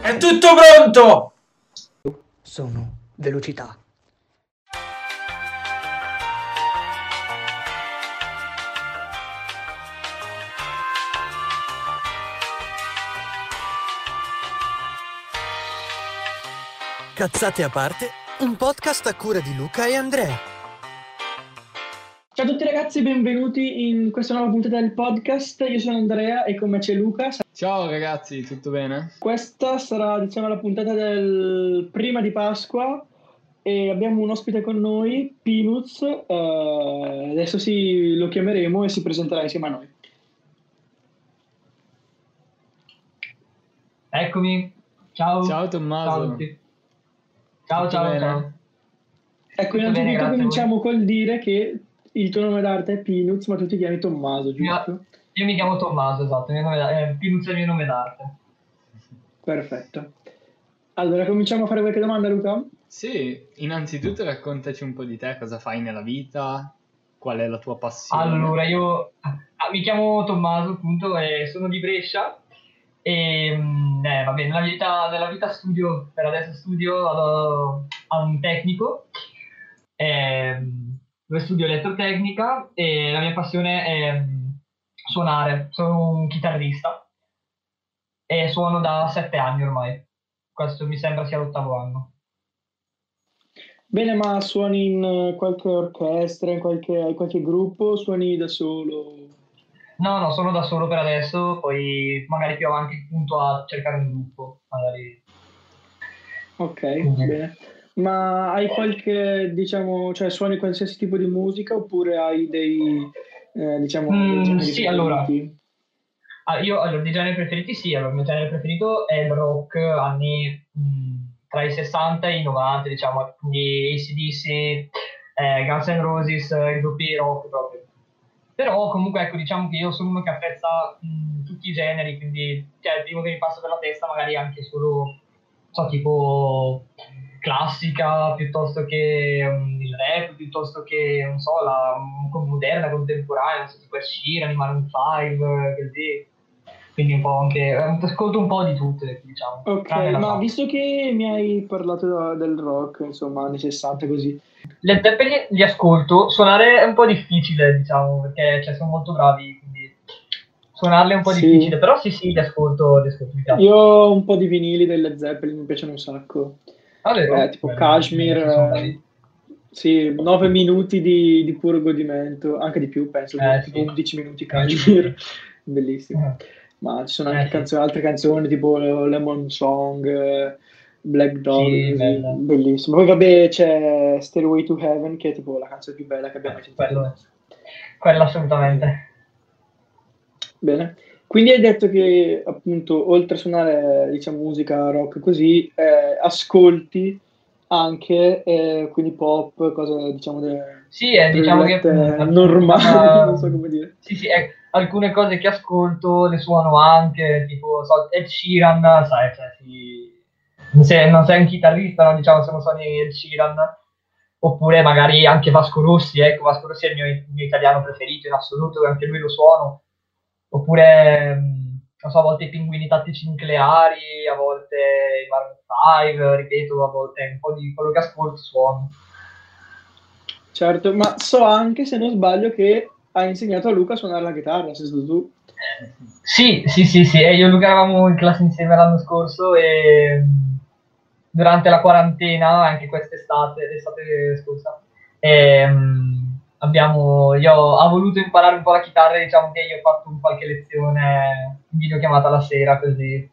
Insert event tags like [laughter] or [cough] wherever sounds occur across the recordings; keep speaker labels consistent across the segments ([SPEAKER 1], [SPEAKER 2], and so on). [SPEAKER 1] È tutto pronto!
[SPEAKER 2] sono velocità.
[SPEAKER 3] Cazzate a parte, un podcast a cura di Luca e Andrea.
[SPEAKER 4] Ciao a tutti ragazzi, benvenuti in questa nuova puntata del podcast. Io sono Andrea e con me c'è Luca.
[SPEAKER 5] Ciao ragazzi, tutto bene?
[SPEAKER 4] Questa sarà diciamo la puntata del prima di Pasqua e abbiamo un ospite con noi, Pinuz. Eh, adesso sì, lo chiameremo e si presenterà insieme a noi.
[SPEAKER 6] Eccomi, ciao.
[SPEAKER 5] Ciao Tommaso.
[SPEAKER 6] Ciao a tutti. Ciao,
[SPEAKER 5] Tutto
[SPEAKER 6] ciao,
[SPEAKER 5] bene?
[SPEAKER 6] ciao.
[SPEAKER 4] Ecco,
[SPEAKER 6] Tutto bene,
[SPEAKER 4] innanzitutto
[SPEAKER 6] grazie a
[SPEAKER 4] cominciamo col dire che il tuo nome d'arte è Pinuz, ma tu ti chiami Tommaso, giusto?
[SPEAKER 6] Io mi chiamo Tommaso, esatto, il mio nome d'arte, eh, Pinuzzo è il mio nome d'arte.
[SPEAKER 4] Perfetto. Allora, cominciamo a fare qualche domanda, Luca?
[SPEAKER 5] Sì, innanzitutto raccontaci un po' di te, cosa fai nella vita, qual è la tua passione.
[SPEAKER 6] Allora, io ah, mi chiamo Tommaso, appunto, e sono di Brescia. E mm, eh, vabbè, nella vita, nella vita studio, per adesso studio vado a un tecnico, ehm, dove studio elettrotecnica e la mia passione è mm, suonare. Sono un chitarrista e suono da sette anni ormai. Questo mi sembra sia l'ottavo anno.
[SPEAKER 4] Bene, ma suoni in eh, qualche orchestra, in qualche, hai qualche gruppo, suoni da solo?
[SPEAKER 6] No, no, sono da solo per adesso, poi magari più avanti punto a cercare un gruppo, magari.
[SPEAKER 4] Ok,
[SPEAKER 6] Mhm.
[SPEAKER 4] bene. Ma hai qualche, diciamo, cioè suoni qualsiasi tipo di musica oppure hai dei, eh, diciamo, dei
[SPEAKER 6] Mm,
[SPEAKER 4] generi
[SPEAKER 6] sì,
[SPEAKER 4] preferiti?
[SPEAKER 6] allora. Ah, io, allora, dei generi preferiti sì, allora, il mio genere preferito è il rock anni mm, tra i 60 e i 90, diciamo, quindi ACDC, eh, Guns N' Roses, eh, i gruppi rock proprio. Però comunque ecco, diciamo che io sono uno che apprezza mm, tutti i generi, quindi cioè, il primo che mi passa per la testa magari anche solo, so, tipo classica, piuttosto che mm, il rap, piuttosto che, non so, la mm, moderna, contemporanea, non so, tipo Ed Sheeran, Maroon 5, così. Quindi un po' anche, eh, ascolto un po' di tutte, diciamo.
[SPEAKER 4] Ok,
[SPEAKER 6] tranne la
[SPEAKER 4] ma
[SPEAKER 6] trap.
[SPEAKER 4] visto che mi hai parlato da- del rock, insomma, anni 60 così,
[SPEAKER 6] Le Zeppelin li ascolto, suonare è un po' difficile, diciamo, perché cioè, sono molto bravi, quindi suonarle è un po'
[SPEAKER 4] Sì.
[SPEAKER 6] difficile, però sì sì, li ascolto, li ascolto, mi piace.
[SPEAKER 4] io ho un po' di vinili delle Zeppelin, mi piacciono un sacco.
[SPEAKER 6] Vabbè,
[SPEAKER 4] Eh, tipo
[SPEAKER 6] bello,
[SPEAKER 4] Kashmir,
[SPEAKER 6] sono
[SPEAKER 4] eh,
[SPEAKER 6] bravi.
[SPEAKER 4] Sì, 9 minuti di, di puro godimento, anche di più, penso,
[SPEAKER 6] Eh,
[SPEAKER 4] tipo
[SPEAKER 6] sì.
[SPEAKER 4] 11 minuti Kashmir, bellissimo.
[SPEAKER 6] Eh,
[SPEAKER 4] ma ci sono
[SPEAKER 6] Eh,
[SPEAKER 4] anche
[SPEAKER 6] sì.
[SPEAKER 4] canzo- altre canzoni tipo Lemon Song, eh, Black Dog,
[SPEAKER 6] Sì,
[SPEAKER 4] così,
[SPEAKER 6] bella.
[SPEAKER 4] bellissimo. Poi vabbè c'è Stairway to Heaven che è tipo la canzone più bella che abbiamo mai sentito.
[SPEAKER 6] [laughs] Eh, quello, quello assolutamente.
[SPEAKER 4] Bene. Quindi hai detto che appunto oltre a suonare diciamo musica rock così, eh, ascolti anche eh, quindi pop, cose diciamo de-
[SPEAKER 6] Sì, eh, diciamo che...
[SPEAKER 4] virgolette, normali,
[SPEAKER 6] Ah,
[SPEAKER 4] [laughs] non so come dire.
[SPEAKER 6] Sì, sì, eh, alcune cose che ascolto le suono anche, tipo so, Ed Sheeran, sai, cioè, si- se non sei un chitarrista, no, diciamo, se non suoni Ed Sheeran, oppure magari anche Vasco Rossi, ecco, Vasco Rossi è il mio, il mio italiano preferito in assoluto, anche lui lo suono, oppure, mm, non so, a volte i pinguini tattici nucleari, a volte i Maroon 5, ripeto, a volte un po' di quello che ascolto suono.
[SPEAKER 4] Certo, ma so anche se non sbaglio che hai insegnato a Luca a suonare la chitarra, sei stato tu.
[SPEAKER 6] Sì, sì, sì, sì, e io e Luca eravamo in classe insieme l'anno scorso e mh, durante la quarantena, anche quest'estate, l'estate scorsa, e, mh, abbiamo, io ho voluto imparare un po' la chitarra, e diciamo che io ho fatto un qualche lezione in videochiamata la sera, così.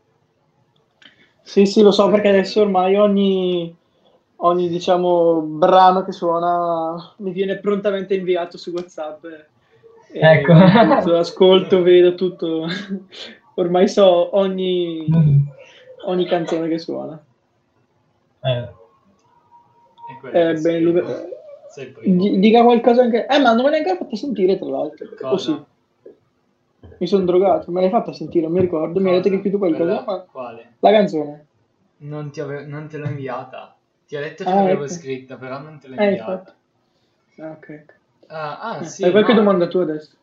[SPEAKER 4] Sì, sì, lo so perché adesso ormai ogni, ogni diciamo, brano che suona mi viene prontamente inviato su WhatsApp. E
[SPEAKER 6] Ecco.
[SPEAKER 4] tutto, ascolto, vedo tutto. Ormai so ogni,
[SPEAKER 5] Mm-hmm.
[SPEAKER 4] ogni canzone che suona.
[SPEAKER 6] Eh.
[SPEAKER 5] È quello
[SPEAKER 4] Eh, bene,
[SPEAKER 5] che sei.
[SPEAKER 4] Luca,
[SPEAKER 5] Sei il primo.
[SPEAKER 4] di- dica qualcosa anche. Eh, ma non me l'hai ancora fatta sentire, tra l'altro.
[SPEAKER 5] Cosa?
[SPEAKER 4] Oh, sì, mi sono drogato, me l'hai fatta sentire, non mi ricordo. Mi hai detto che più tu qualcosa.
[SPEAKER 5] Quella-
[SPEAKER 4] ma-
[SPEAKER 5] Quale?
[SPEAKER 4] La canzone.
[SPEAKER 5] Non, ti ave- non te l'ho inviata. Ti ho detto che
[SPEAKER 4] Ah,
[SPEAKER 5] l'avevo
[SPEAKER 4] ecco.
[SPEAKER 5] scritta, però non te l'ho
[SPEAKER 4] Eh,
[SPEAKER 5] inviata.
[SPEAKER 4] infatti. Ah, ok.
[SPEAKER 5] ah, ah,
[SPEAKER 4] Eh,
[SPEAKER 5] sì,
[SPEAKER 4] Hai qualche
[SPEAKER 5] no.
[SPEAKER 4] domanda tu adesso?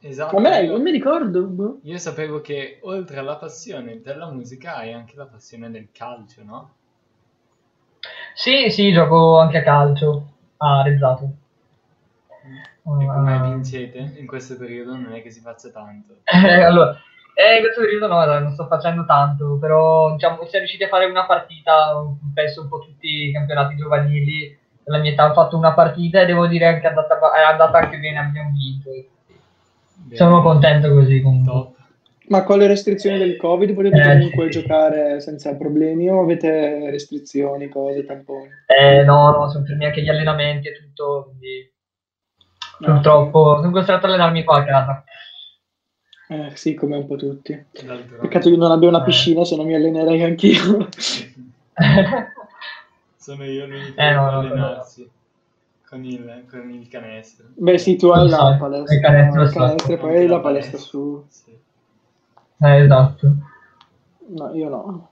[SPEAKER 5] Esatto.
[SPEAKER 4] Ma me non mi ricordo. boh.
[SPEAKER 5] Io sapevo che oltre alla passione della musica hai anche la passione del calcio, no?
[SPEAKER 6] Sì, sì, gioco anche a calcio a Rezzato.
[SPEAKER 5] E come
[SPEAKER 6] Ah.
[SPEAKER 5] vincete? In questo periodo non è che si faccia tanto.
[SPEAKER 6] Eh, allora, eh, in questo periodo no, dai, non sto facendo tanto, però diciamo, siamo riusciti a fare una partita, penso un po' tutti i campionati giovanili della mia età hanno fatto una partita e devo dire che è andata, è andata anche bene, abbiamo vinto.
[SPEAKER 5] Bene.
[SPEAKER 6] Sono contento così comunque.
[SPEAKER 5] Top.
[SPEAKER 4] Ma con le restrizioni del Covid potete
[SPEAKER 6] Eh,
[SPEAKER 4] comunque
[SPEAKER 6] sì.
[SPEAKER 4] giocare senza problemi o avete restrizioni, cose, tamponi?
[SPEAKER 6] Eh, no, no, sono fermi anche gli allenamenti e tutto, quindi
[SPEAKER 4] No.
[SPEAKER 6] purtroppo sono costretto a allenarmi qua a casa. [laughs]
[SPEAKER 4] Eh, sì, come un po' tutti.
[SPEAKER 5] D'altronde.
[SPEAKER 4] Peccato che non abbia una
[SPEAKER 6] Eh.
[SPEAKER 4] piscina, se no mi allenerei anch'io. [laughs]
[SPEAKER 5] Sono io l'unico
[SPEAKER 6] Eh, no,
[SPEAKER 5] ad
[SPEAKER 6] no,
[SPEAKER 5] allenarsi con, il, con il canestro.
[SPEAKER 4] Beh, sì, tu hai
[SPEAKER 6] Non
[SPEAKER 4] la
[SPEAKER 6] so,
[SPEAKER 4] palestra,
[SPEAKER 6] il canestro
[SPEAKER 4] il
[SPEAKER 6] sotto.
[SPEAKER 4] canestro e poi
[SPEAKER 5] Anche
[SPEAKER 4] hai la palestra su.
[SPEAKER 5] Sì.
[SPEAKER 6] Eh, esatto.
[SPEAKER 4] No, io no.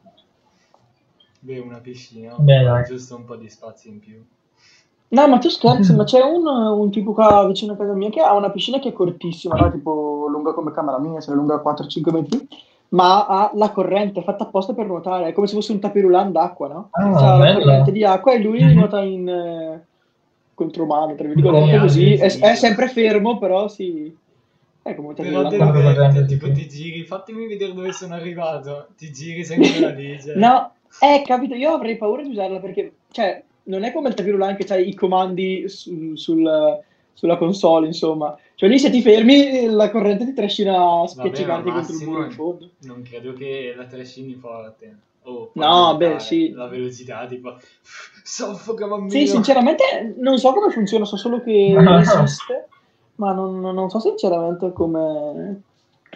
[SPEAKER 5] Beh, una piscina,
[SPEAKER 6] Beh, dai.
[SPEAKER 5] giusto un po' di spazio in più.
[SPEAKER 4] No, ma tu
[SPEAKER 6] Mm.
[SPEAKER 4] scherzi, ma c'è un, un tipo qua vicino a casa mia che ha una piscina che è cortissima, no? tipo lunga come camera mia, sarà lunga 4-5 metri, ma ha la corrente fatta apposta per nuotare, è come se fosse un tapirulan d'acqua, no?
[SPEAKER 6] Ah,
[SPEAKER 4] C'ha la
[SPEAKER 6] bello.
[SPEAKER 4] corrente di acqua e lui
[SPEAKER 6] Mhm.
[SPEAKER 4] nuota in eh, contromano, tra virgolette,
[SPEAKER 6] Come
[SPEAKER 4] così,
[SPEAKER 5] Alvin
[SPEAKER 4] è, è
[SPEAKER 5] Smith.
[SPEAKER 4] sempre fermo, però si... È come un
[SPEAKER 5] Però
[SPEAKER 4] tapirulan
[SPEAKER 5] te
[SPEAKER 6] la
[SPEAKER 5] l'ho
[SPEAKER 4] d'acqua.
[SPEAKER 6] guardo
[SPEAKER 5] detto,
[SPEAKER 6] veramente,
[SPEAKER 5] tipo
[SPEAKER 6] sì.
[SPEAKER 5] ti giri, fatemi vedere dove sono arrivato. Ti giri sempre
[SPEAKER 4] [laughs]
[SPEAKER 5] da lì. cioè.
[SPEAKER 4] No, eh, capito, io avrei paura di usarla perché, cioè, non è come il tapirulan che c'hai i comandi su- sul- sulla console, insomma. Cioè lì se ti fermi la corrente ti trascina spiaccicante
[SPEAKER 5] ma
[SPEAKER 4] contro il muro in
[SPEAKER 5] Massimo-
[SPEAKER 4] fondo.
[SPEAKER 5] Non credo che la trascini forte. Oh, puoi
[SPEAKER 4] No,
[SPEAKER 5] aumentare
[SPEAKER 4] beh, sì.
[SPEAKER 5] La velocità, tipo, [laughs] soffoca mamma
[SPEAKER 4] Sì,
[SPEAKER 5] mia.
[SPEAKER 4] sinceramente non so come funziona, so solo che esiste, ma non, non- non so sinceramente come...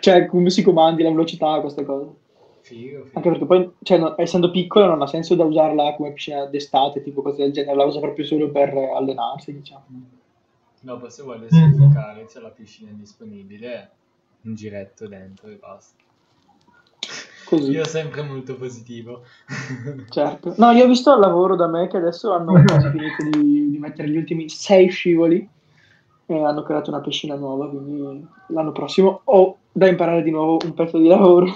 [SPEAKER 4] Cioè, come si comandi la velocità, queste cose.
[SPEAKER 5] Figo, figo.
[SPEAKER 4] Anche perché poi, cioè, no- essendo piccola, non ha senso da usarla come piscina d'estate, tipo cose del genere, la usa proprio solo per allenarsi, diciamo.
[SPEAKER 5] Dopo, se vuoi
[SPEAKER 6] Mhm.
[SPEAKER 5] giocare, c'è la piscina disponibile. Un giretto dentro e basta.
[SPEAKER 4] Così.
[SPEAKER 5] Io sempre molto positivo.
[SPEAKER 4] Certo. No, io ho visto il lavoro da me che adesso
[SPEAKER 6] [laughs]
[SPEAKER 4] hanno quasi finito di, di mettere gli ultimi sei scivoli e hanno creato una piscina nuova, quindi l'anno prossimo ho da imparare di nuovo un pezzo di lavoro.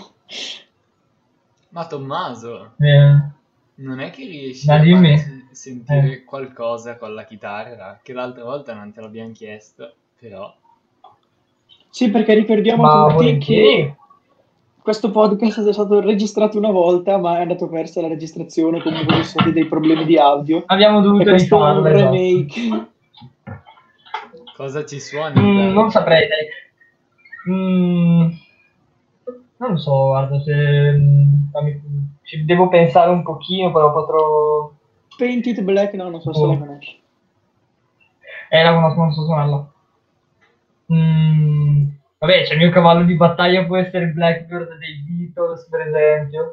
[SPEAKER 5] Ma Tommaso,
[SPEAKER 6] Eh.
[SPEAKER 5] non è che riesci
[SPEAKER 6] Ma
[SPEAKER 5] a
[SPEAKER 6] dimmi. Eh.
[SPEAKER 5] farci sentire qualcosa con la chitarra? Che l'altra volta non te l'abbiamo chiesto, però...
[SPEAKER 4] Sì, perché ricordiamo
[SPEAKER 6] Ma
[SPEAKER 4] tutti che
[SPEAKER 6] volentieri.
[SPEAKER 4] questo podcast è stato registrato una volta, ma è andato persa la registrazione, comunque ci sono stati dei problemi di audio.
[SPEAKER 6] Abbiamo
[SPEAKER 4] E
[SPEAKER 6] dovuto
[SPEAKER 4] questo è un
[SPEAKER 6] rifarlo. esatto.
[SPEAKER 4] remake.
[SPEAKER 5] Cosa ci suona?
[SPEAKER 6] Mm,
[SPEAKER 5] dai?
[SPEAKER 6] non saprei. dai. Mm, non lo so, guarda, se, mm, fammi- ci devo pensare un pochino, però potrò...
[SPEAKER 4] Painted Black, no, non so se
[SPEAKER 6] Oh.
[SPEAKER 4] la conosci.
[SPEAKER 6] Eh, la conosco, non so suonarla. Mm, vabbè, cioè, il mio cavallo di battaglia può essere il Blackbird dei Beatles, per esempio.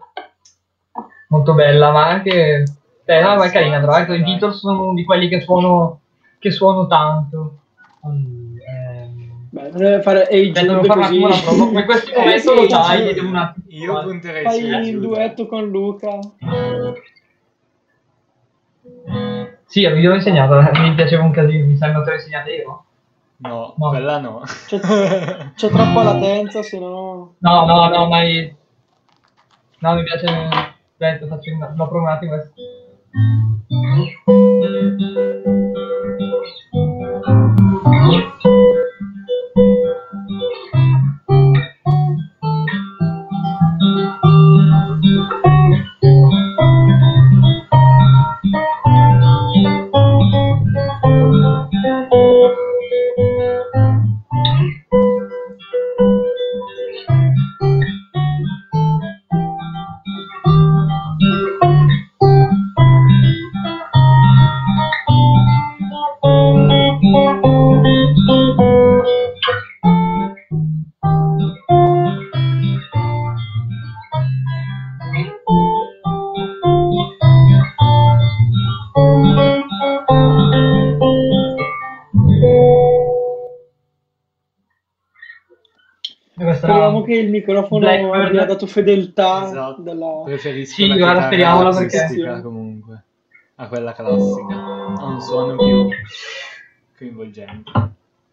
[SPEAKER 6] Molto bella, ma anche... Beh, no, ma è carina, tra l'altro i
[SPEAKER 5] Dai.
[SPEAKER 6] Beatles sono uno di quelli che suono, che suono tanto. Quindi, ehm,
[SPEAKER 4] Beh, non deve fare Hey
[SPEAKER 6] Beh, devo
[SPEAKER 4] Jude
[SPEAKER 6] fare un attimo
[SPEAKER 4] così.
[SPEAKER 6] una prova.
[SPEAKER 4] [laughs]
[SPEAKER 6] Ma in questi
[SPEAKER 4] Eh,
[SPEAKER 6] momenti
[SPEAKER 4] sì,
[SPEAKER 6] lo
[SPEAKER 4] Hey
[SPEAKER 6] dai,
[SPEAKER 4] Jude.
[SPEAKER 6] devo un attimo.
[SPEAKER 5] Io punterei
[SPEAKER 4] Fai
[SPEAKER 5] sulla
[SPEAKER 4] il
[SPEAKER 5] Giuda.
[SPEAKER 4] duetto con Luca.
[SPEAKER 6] Sì, mi l'ho insegnato, [laughs] mi piaceva un casino, mi sa che te l'ho insegnata io.
[SPEAKER 5] No,
[SPEAKER 6] No.
[SPEAKER 5] quella
[SPEAKER 6] [laughs]
[SPEAKER 5] no.
[SPEAKER 4] C'è, c'è troppa latenza, se no.
[SPEAKER 6] No, no, no, ma... i- No, mi piace... Aspetta, faccio una... L'ho provato questo. Questa
[SPEAKER 4] Speriamo che il microfono
[SPEAKER 6] Blackbird.
[SPEAKER 4] abbia dato fedeltà.
[SPEAKER 5] Esatto.
[SPEAKER 4] della-
[SPEAKER 5] Preferisco
[SPEAKER 6] Sì,
[SPEAKER 5] la
[SPEAKER 6] guarda,
[SPEAKER 5] chitarra
[SPEAKER 6] speriamola perché-
[SPEAKER 5] acustica, comunque a quella classica. Ha un suono più coinvolgente.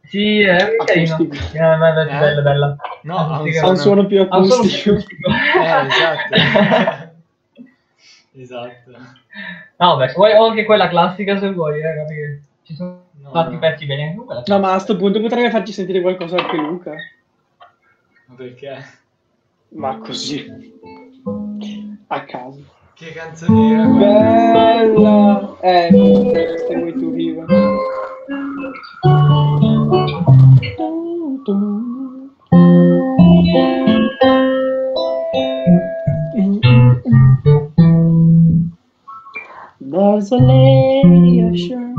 [SPEAKER 6] Sì, è carino.
[SPEAKER 4] Acustico.
[SPEAKER 6] Eh, bella,
[SPEAKER 5] Eh?
[SPEAKER 6] bella, bella.
[SPEAKER 5] No, ha un
[SPEAKER 6] Acustico.
[SPEAKER 4] Ha un
[SPEAKER 5] sono-
[SPEAKER 4] suono più
[SPEAKER 6] Ha un suono più
[SPEAKER 4] acustico.
[SPEAKER 6] acustico.
[SPEAKER 5] Eh, esatto. [laughs] esatto.
[SPEAKER 6] [laughs] No, beh, se vuoi ho anche quella classica se vuoi, ragazzi. che Ci sono
[SPEAKER 5] No,
[SPEAKER 6] tanti
[SPEAKER 5] no.
[SPEAKER 6] pezzi bene anche quella.
[SPEAKER 4] No, ma a sto punto potrebbe farci sentire qualcosa anche Luca.
[SPEAKER 5] Ma perché?
[SPEAKER 4] Ma così. A caso.
[SPEAKER 5] Che canzone era quella?
[SPEAKER 4] Bella! Eh, Stay Way to Viva. There's a lady ocean.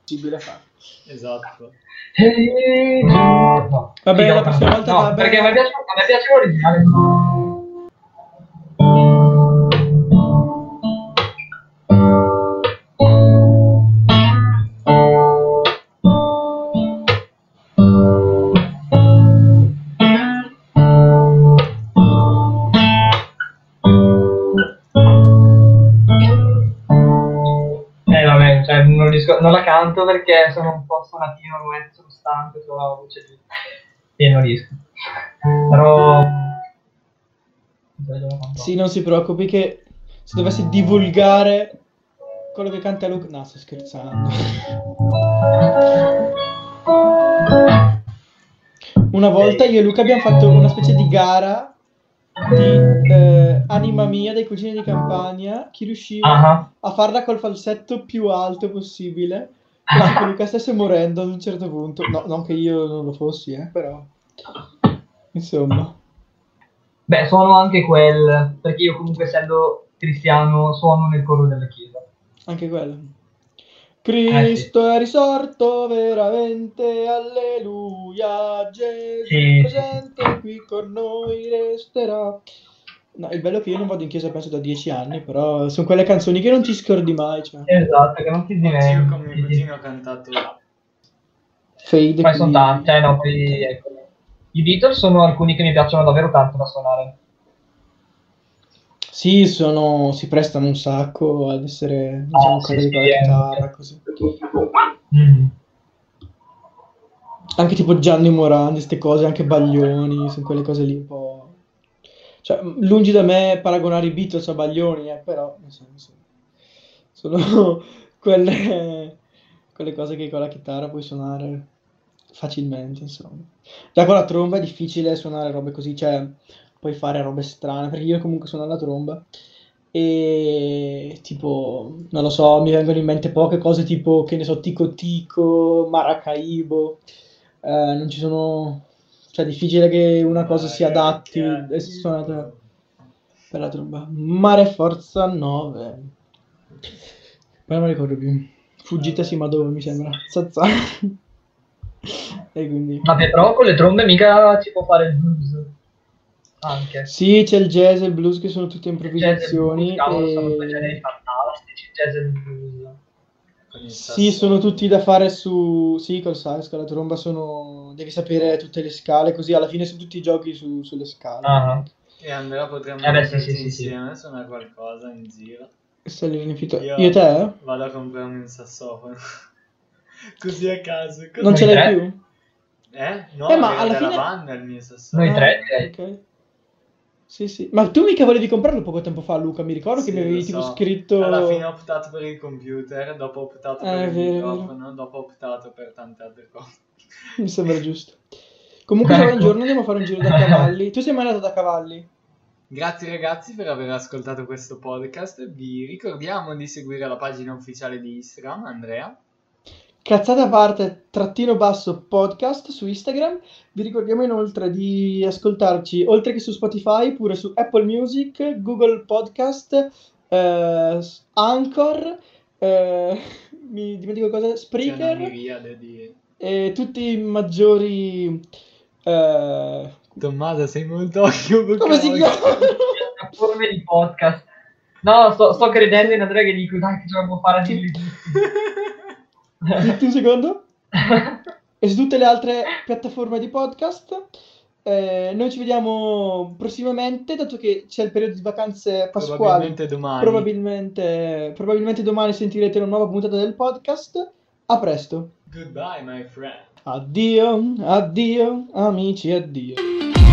[SPEAKER 4] Possibile fare.
[SPEAKER 5] Esatto.
[SPEAKER 6] Eh, No.
[SPEAKER 4] Va bene,
[SPEAKER 6] Sì,
[SPEAKER 4] la
[SPEAKER 6] no,
[SPEAKER 4] prossima volta
[SPEAKER 6] no,
[SPEAKER 4] va bene.
[SPEAKER 6] Perché mi piace, mi piace l'originale. Eh vabbè, cioè, non, riesco- non la canto perché sono un po' sonatino, come sono stanco, sono la voce giù. E non riesco. Però...
[SPEAKER 4] Sì, non si preoccupi che se dovessi divulgare quello che canta Luca... No, sto scherzando. Una volta io e Luca abbiamo fatto una specie di gara di eh, Anima Mia dei Cugini di Campania, chi riusciva
[SPEAKER 6] Ah,
[SPEAKER 4] a farla col falsetto più alto possibile. Così che Luca stesse morendo ad un certo punto. No, non che io non lo fossi, eh, però... Insomma.
[SPEAKER 6] Beh, suono anche quel, perché io comunque essendo cristiano suono nel coro della chiesa.
[SPEAKER 4] Anche
[SPEAKER 6] Ah,
[SPEAKER 4] quello. Cristo è risorto veramente, alleluia, Gesù
[SPEAKER 6] Sì, sì,
[SPEAKER 4] presente qui con noi resterà. No, il bello è che io non vado in chiesa penso da dieci anni, però sono quelle canzoni che non ti scordi mai, cioè.
[SPEAKER 6] Esatto, che non ti
[SPEAKER 5] Io
[SPEAKER 6] dimentichi.
[SPEAKER 5] con mio cugino ho cantato
[SPEAKER 4] Fade
[SPEAKER 6] Poi sono
[SPEAKER 4] qui.
[SPEAKER 6] tanti, eh, no, poi, ecco. I Beatles sono alcuni che mi piacciono davvero tanto da suonare.
[SPEAKER 4] Sì, sono, si prestano un sacco ad essere,
[SPEAKER 6] Ah,
[SPEAKER 4] diciamo,
[SPEAKER 6] sì,
[SPEAKER 4] cose
[SPEAKER 6] sì,
[SPEAKER 4] con la
[SPEAKER 6] eh.
[SPEAKER 4] chitarra, così.
[SPEAKER 6] Mm.
[SPEAKER 4] Anche tipo Gianni Morandi, queste cose, anche Baglioni, sono quelle cose lì un po'... Cioè, lungi da me paragonare i Beatles a Baglioni, eh, però, nel senso, sono quelle, quelle cose che con la chitarra puoi suonare facilmente, insomma. Già con la tromba è difficile suonare robe così, cioè, puoi fare robe strane, perché io comunque suono la tromba e tipo, non lo so, mi vengono in mente poche cose tipo, che ne so, Tico Tico, Maracaibo, eh, non ci sono... Cioè, è difficile che una
[SPEAKER 5] Ah,
[SPEAKER 4] cosa si adatti e si suona per la tromba. Mare Forza 9. Poi non mi ricordo più. Fuggite sì, ma dove mi sembra. Zazza. e quindi...
[SPEAKER 6] Vabbè, però con le trombe mica si può fare il blues. Anche.
[SPEAKER 4] Sì, c'è il jazz e il blues che sono tutte
[SPEAKER 6] Jazz e
[SPEAKER 4] improvvisazioni.
[SPEAKER 6] blues, cavolo,
[SPEAKER 4] e-
[SPEAKER 6] Cioè, diciamo, sono due generi fantastici. cioè, Jazz e blues.
[SPEAKER 5] con il
[SPEAKER 4] Sì,
[SPEAKER 5] sasso.
[SPEAKER 4] sono tutti da fare su... Sì, col sax, con la tromba sono... Devi sapere tutte le scale, così alla fine sono tutti giochi su- sulle scale.
[SPEAKER 6] Ah,
[SPEAKER 5] E Andrea potremmo
[SPEAKER 6] Eh beh, sì,
[SPEAKER 5] metterci
[SPEAKER 6] sì, sì, sì.
[SPEAKER 5] insieme suonare qualcosa in giro.
[SPEAKER 4] Se le rifiuto-
[SPEAKER 5] Io-
[SPEAKER 4] Io e te?
[SPEAKER 5] Vado a comprarmi un sassofono. [laughs] Così a caso. così-
[SPEAKER 4] Non ce
[SPEAKER 6] Noi
[SPEAKER 4] l'hai
[SPEAKER 6] tre?
[SPEAKER 4] più?
[SPEAKER 5] Eh? No,
[SPEAKER 4] Eh, ma
[SPEAKER 5] avevo
[SPEAKER 4] alla
[SPEAKER 5] della
[SPEAKER 4] fine-
[SPEAKER 5] banda il mio sassofono.
[SPEAKER 6] Noi
[SPEAKER 4] Ah,
[SPEAKER 6] tre, direi.
[SPEAKER 4] ok. Sì, sì. Ma tu mica volevi comprarlo poco tempo fa, Luca? Mi ricordo
[SPEAKER 5] Sì,
[SPEAKER 4] che mi avevi
[SPEAKER 5] lo
[SPEAKER 4] tipo
[SPEAKER 5] so.
[SPEAKER 4] scritto...
[SPEAKER 5] Alla fine ho optato per il computer, dopo ho optato
[SPEAKER 4] Eh,
[SPEAKER 5] per il
[SPEAKER 4] vero, vero.
[SPEAKER 5] microfono, dopo ho optato per tante altre cose.
[SPEAKER 4] Mi sembra giusto. Comunque, allora un giorno andiamo a fare un
[SPEAKER 6] [laughs]
[SPEAKER 4] giro da cavalli. Tu sei mai andato da cavalli?
[SPEAKER 5] Grazie ragazzi per aver ascoltato questo podcast. Vi ricordiamo di seguire la pagina ufficiale di Instagram, Andrea.
[SPEAKER 4] Cazzata a parte, trattino basso podcast su Instagram. Vi ricordiamo inoltre di ascoltarci oltre che su Spotify, pure su Apple Music, Google Podcast, eh, Anchor, eh, [laughs] mi dimentico cosa,
[SPEAKER 5] C'è una
[SPEAKER 4] Spreaker
[SPEAKER 5] miriade di...
[SPEAKER 4] e tutti i maggiori... eh,
[SPEAKER 5] Tommaso, sei molto occhio con
[SPEAKER 4] come si
[SPEAKER 5] cavolo. [laughs]
[SPEAKER 4] chiamano?
[SPEAKER 6] Forme di podcast. No, sto, sto credendo in Andrea che dico, dai, che ce la può fare
[SPEAKER 4] [laughs]
[SPEAKER 6] a [laughs] dirli tutti.
[SPEAKER 4] Zitti un secondo. e su tutte le altre piattaforme di podcast. Eh, noi ci vediamo prossimamente, dato che c'è il periodo di vacanze pasquali.
[SPEAKER 5] Probabilmente domani.
[SPEAKER 4] Probabilmente, probabilmente domani sentirete una nuova puntata del podcast. A presto.
[SPEAKER 5] Goodbye, my friend.
[SPEAKER 4] Addio, addio, amici, addio.